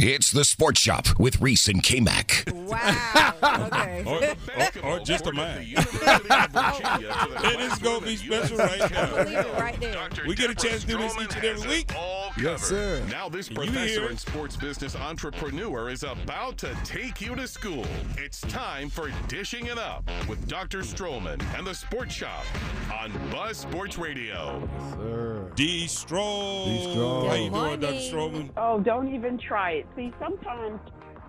It's the Sports Shop with Reese and K Mac. Wow. Okay. Or, or, or Oh, just a man. it It is gonna be special right now. Leave it right there. We get a chance to do this each and every week. Yes, sir. Now this you hear professor it? and sports business entrepreneur is about to take you to school. It's time for Dishing It Up with Dr. Stroman and the Sports Shop on Buzz Sports Radio. Sir. D. Stroll. D. Stroll. How you doing, Good Dr. morning. Strowman? Oh, don't even try it. See, sometimes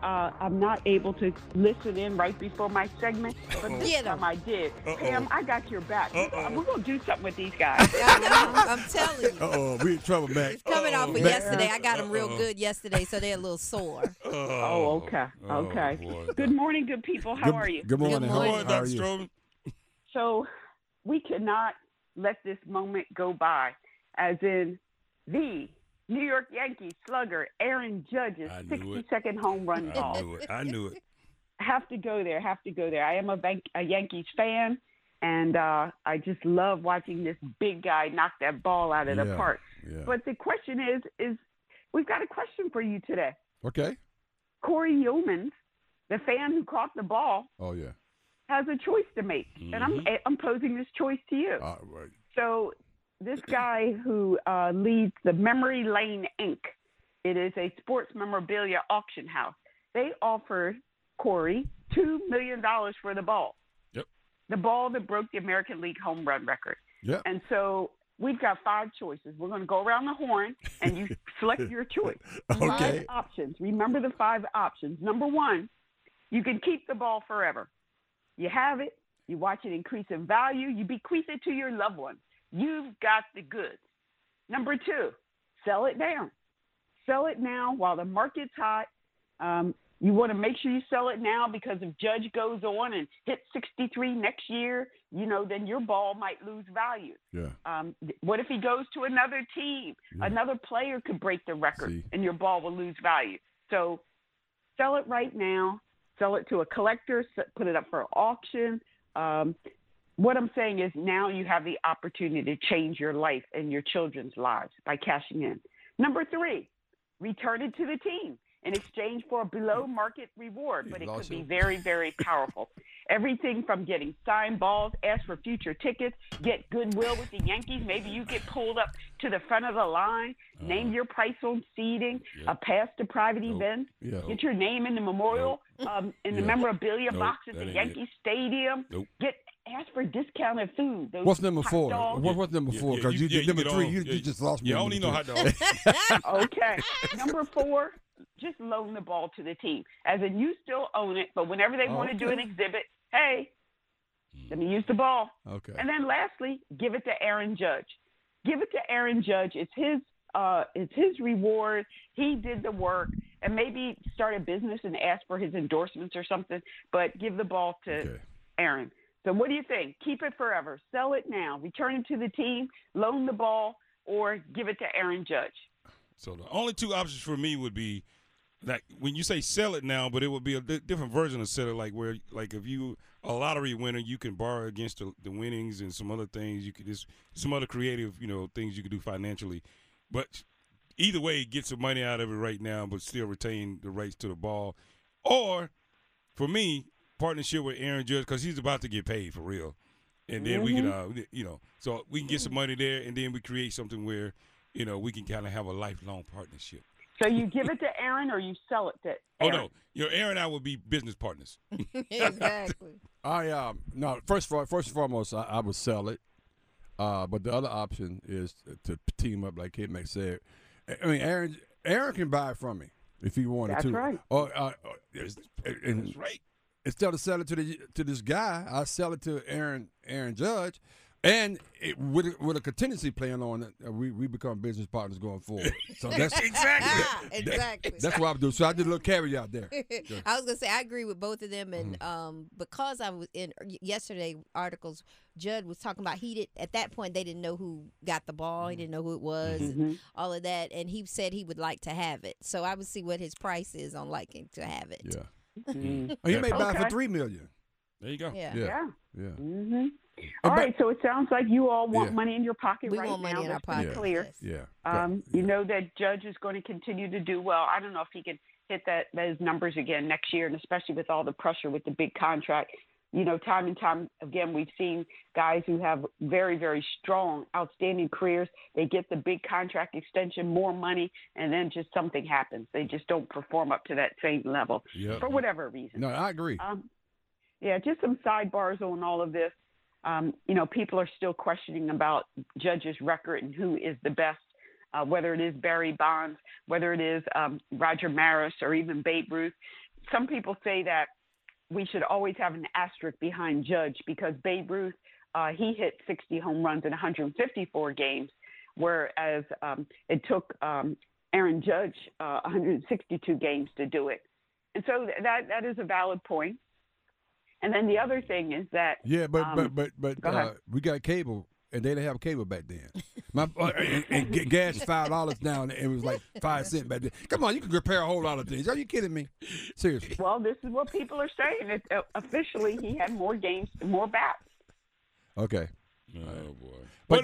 uh, I'm not able to listen in right before my segment, but this Get 'em. time I did. Uh-oh. Pam, I got your back. We- Uh-oh. We're going to do something with these guys. I'm, I'm telling you. Uh oh, we in trouble, Mac. It's coming off of Uh-oh. yesterday. I got them real Uh-oh. good yesterday, so they're a little sore. Oh, oh, okay. oh, Okay. boy. good morning, good people. How good, are you? Good morning. Good How- morning. Good morning, How are Dr. you? Strowman. So we cannot let this moment go by, as in the New York Yankees slugger Aaron Judge's I knew it. 60-second home run ball. Oh, I knew it. I knew it. have to go there. Have to go there. I am a, Ban- a Yankees fan, and uh, I just love watching this big guy knock that ball out of the Yeah, park. yeah. But the question is, is we've got a question for you today. Okay. Corey Yeomans, the fan who caught the ball, Oh yeah. has a choice to make, and I'm Mm-hmm. I'm posing this choice to you. All right. So this guy who uh, leads the Memory Lane Inc. It is a sports memorabilia auction house. They offered Corey two million dollars for the ball. Yep. The ball that broke the American League home run record. Yep. And so we've got five choices. We're going to go around the horn, and you select your choice. Five Okay. options. Remember the five options. Number one, you can keep the ball forever. You have it, you watch it increase in value, you bequeath it to your loved ones. You've got the goods. Number two, sell it down. Sell it now while the market's hot. Um, you want to make sure you sell it now because if Judge goes on and hits 63 next year, you know, then your ball might lose value. Yeah. Um, th- what if he goes to another team? Yeah. Another player could break the record, See. and your ball will lose value. So, sell it right now. Sell it to a collector. s- Put it up for auction. Um, what I'm saying is now you have the opportunity to change your life and your children's lives by cashing in. Number three, return it to the team in exchange for a below market reward, but it could be very, very powerful. Everything from getting signed balls, ask for future tickets, get goodwill with the Yankees. Maybe you get pulled up to the front of the line, Uh-huh. name your price on seating, a pass to private events, Yeah. get your name in the memorial, um, in the memorabilia Nope, box at that ain't the it. Yankee Stadium. Nope. Get ask for discounted food. Those What's number hot four? dogs. What, what's number Oh, Yeah, four? yeah, Because you, yeah, did number get three, on. you, Yeah, you just lost me. Yeah, I on don't need no number hot dog. Okay. Number four, just loan the ball to the team. As in, you still own it, but whenever they want to do an exhibit, hey, let me use the ball. three. Okay. And then lastly, give it to Aaron Judge. Give it to Aaron Judge. It's his uh, it's his reward. He did the work, and maybe start a business and ask for his endorsements or something. But give the ball to Okay. Aaron. So what do you think? Keep it forever. Sell it now. Return it to the team. Loan the ball, or give it to Aaron Judge. So the only two options for me would be like when you say sell it now, but it would be a di- different version of sell it, like where like if you a lottery winner, you can borrow against the, the winnings and some other things. You could just some other creative, you know, things you could do financially. But either way, get some money out of it right now, but still retain the rights to the ball. Or for me, partnership with Aaron Judge because he's about to get paid for real, and then we can, Mm-hmm. uh, you know, so we can get some money there, and then we create something where, you know, we can kind of have a lifelong partnership. So you give it to Aaron, or you sell it to Aaron. Oh no, you know, Aaron and I will be business partners. exactly. I um no first for, first and foremost I, I would sell it, uh but the other option is to team up like Kid Mac said. I- I mean Aaron Aaron can buy it from me if he wanted That's to. right. Or, uh, or it's- and That's right. instead of selling to the to this guy, I sell it to Aaron Aaron Judge, and it, with a- with a contingency plan on it, uh, we we become business partners going forward. So that's Ah, exactly. that's what I would do. So I did a little carry out there. I was gonna say I agree with both of them, and Mm-hmm. um, because I was in y- yesterday articles, Judd was talking about he did at that point they didn't know who got the ball, Mm-hmm. he didn't know who it was, Mm-hmm. and all of that, and he said he would like to have it. So I would see what his price is on liking to have it. Yeah, he may buy it for Okay. three million. There you go. Yeah. Yeah. Mm-hmm. Yeah. Yeah. Mm-hmm. All And ba- right. So it sounds like you all want Yeah. money in your pocket We right want money now. in our Let's be pocket. Clear. yes. Yeah. Um, yeah. You know that Judge is going to continue to do well. I don't know if he can hit that those numbers again next year, and especially with all the pressure with the big contract. You know, time and time again, we've seen guys who have very, very strong, outstanding careers. They get the big contract extension, more money, and then just something happens. They just don't perform up to that same level Yeah. for whatever reason. No, I agree. Um, yeah, just some sidebars on all of this. Um, you know, people are still questioning about Judge's record and who is the best, uh, whether it is Barry Bonds, whether it is um, Roger Maris, or even Babe Ruth. Some people say that we should always have an asterisk behind Judge because Babe Ruth, uh, he hit 60 home runs in 154 games, whereas um, it took um, Aaron Judge uh, 162 games to do it. And so th- that that is a valid point. And then the other thing is that Yeah, but Um, but but but go uh, ahead. we got cable, and they didn't have cable back then. My uh, and, and ga- gas five dollars now, and it was like five cent back then. Come on, you can repair a whole lot of things. Are you kidding me? Seriously, well, this is what people are saying. It's, uh, officially, he had more games, more bats. okay. Oh boy. But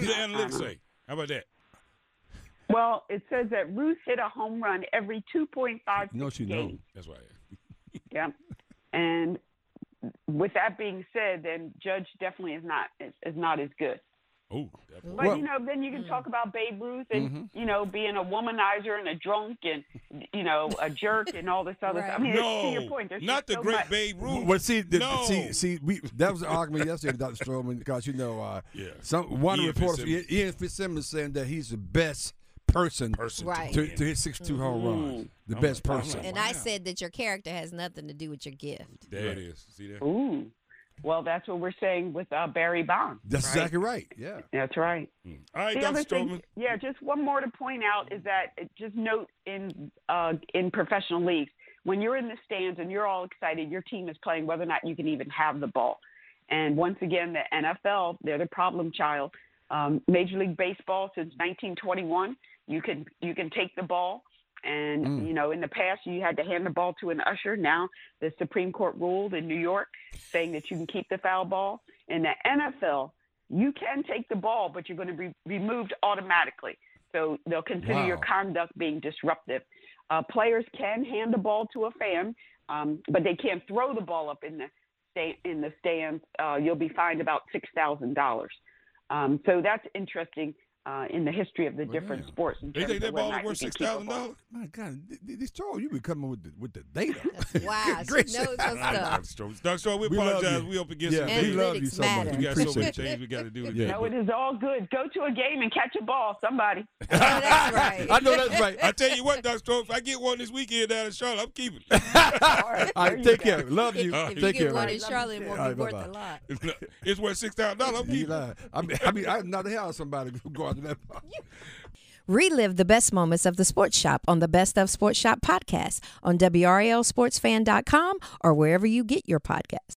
what did the the- analytics say? How about that? Well, it says that Ruth hit a home run every 2.5 No, she games. don't. That's right. Yeah. And with that being said, then Judge definitely is not is, is not as good. Oh, that boy. But Well- you know, then you can talk about Babe Ruth and Mm-hmm. you know being a womanizer and a drunk and you know a jerk and all this other stuff. I mean, it's- to your no, point, there's not just the so great much. Babe Ruth. Well, see, the, no. see, see, we that was an argument yesterday, Doctor Stroman, because you know, uh, Yeah. some one Ian reporter, Fitzsimmons. Ian Fitzsimmons, saying that he's the best person, person Oh Right. to, to hit six two home Mm-hmm. runs, the I'm best like- I'm person. like, And Wow. I said that your character has nothing to do with your gift. There it is. See that? Ooh, well, that's what we're saying with uh, Barry Bonds. That's right? exactly right. Yeah. That's right. All right, The Dr. other Strowman. thing, yeah, just one more to point out is that uh, just note in uh, in professional leagues when you're in the stands and you're all excited, your team is playing, whether or not you can even have the ball. And once again, the NFL, they're the problem child. Um, Major League Baseball since 1921, you can you can take the ball. And Mm. you know, in the past, you had to hand the ball to an usher. Now, the Supreme Court ruled in New York saying that you can keep the foul ball. In the NFL, you can take the ball, but you're going to be removed automatically. So they'll consider your Wow. conduct being disruptive. Uh, players can hand the ball to a fan, um, but they can't throw the ball up in the sta- in the stands. Uh, you'll be fined about six thousand dollars. Um, so that's interesting uh, in the history of the Well, different yeah. sports. in They terms think of that whether ball is or not you worth can six keep a ball. thoush dollars. My God, th- th- this troll, you be coming with the, with the data. Wow, Good she gracious. knows her stuff. Dr. Strowman. Dr. Strowman, we, We love apologize. you. We up against yeah, it. we We, love you so much. Analytics We got so many appreciate you. things we got to do today. Yeah. No, it is all good. Go to a game and catch a ball, somebody. Oh, that's right. I know that's right. I tell you what, Dr. Strowman, if I get one this weekend down in Charlotte, I'm keeping All right, All there right, you take go. care. Love you. If- If you take get care. one in man. Charlotte, it won't All be worth right, bye-bye. a lot. it. it's worth $6,000. I'm You keeping it. lying. I mean, I mean, I'm not the hell somebody going to that. bar. Relive the best moments of the Sports Shop on the Best of Sports Shop podcast on WRLSportsFan.com or wherever you get your podcasts.